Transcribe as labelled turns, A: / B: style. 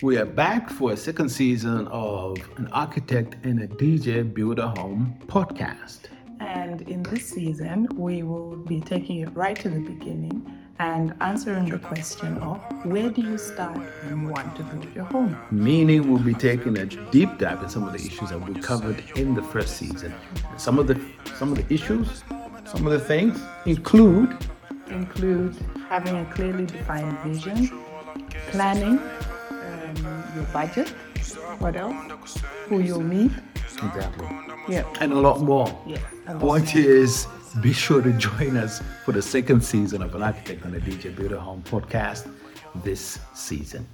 A: We are back for a second season of An Architect and a DJ Build a Home podcast.
B: And in this season, we will be taking it right to the beginning and answering the question of where do you start when you want to build your home?
A: Meaning, we'll be taking a deep dive in some of the issues that we covered in the first season. Some of the some of the issues, some of the things include
B: Include having a clearly defined vision, planning um, your budget, what else? Who you'll meet.
A: exactly
B: Yeah.
A: and a lot more.
B: Yeah, a lot
A: Point is, be sure to join us for the second season of An Architect and a DJ Build a Home podcast this season.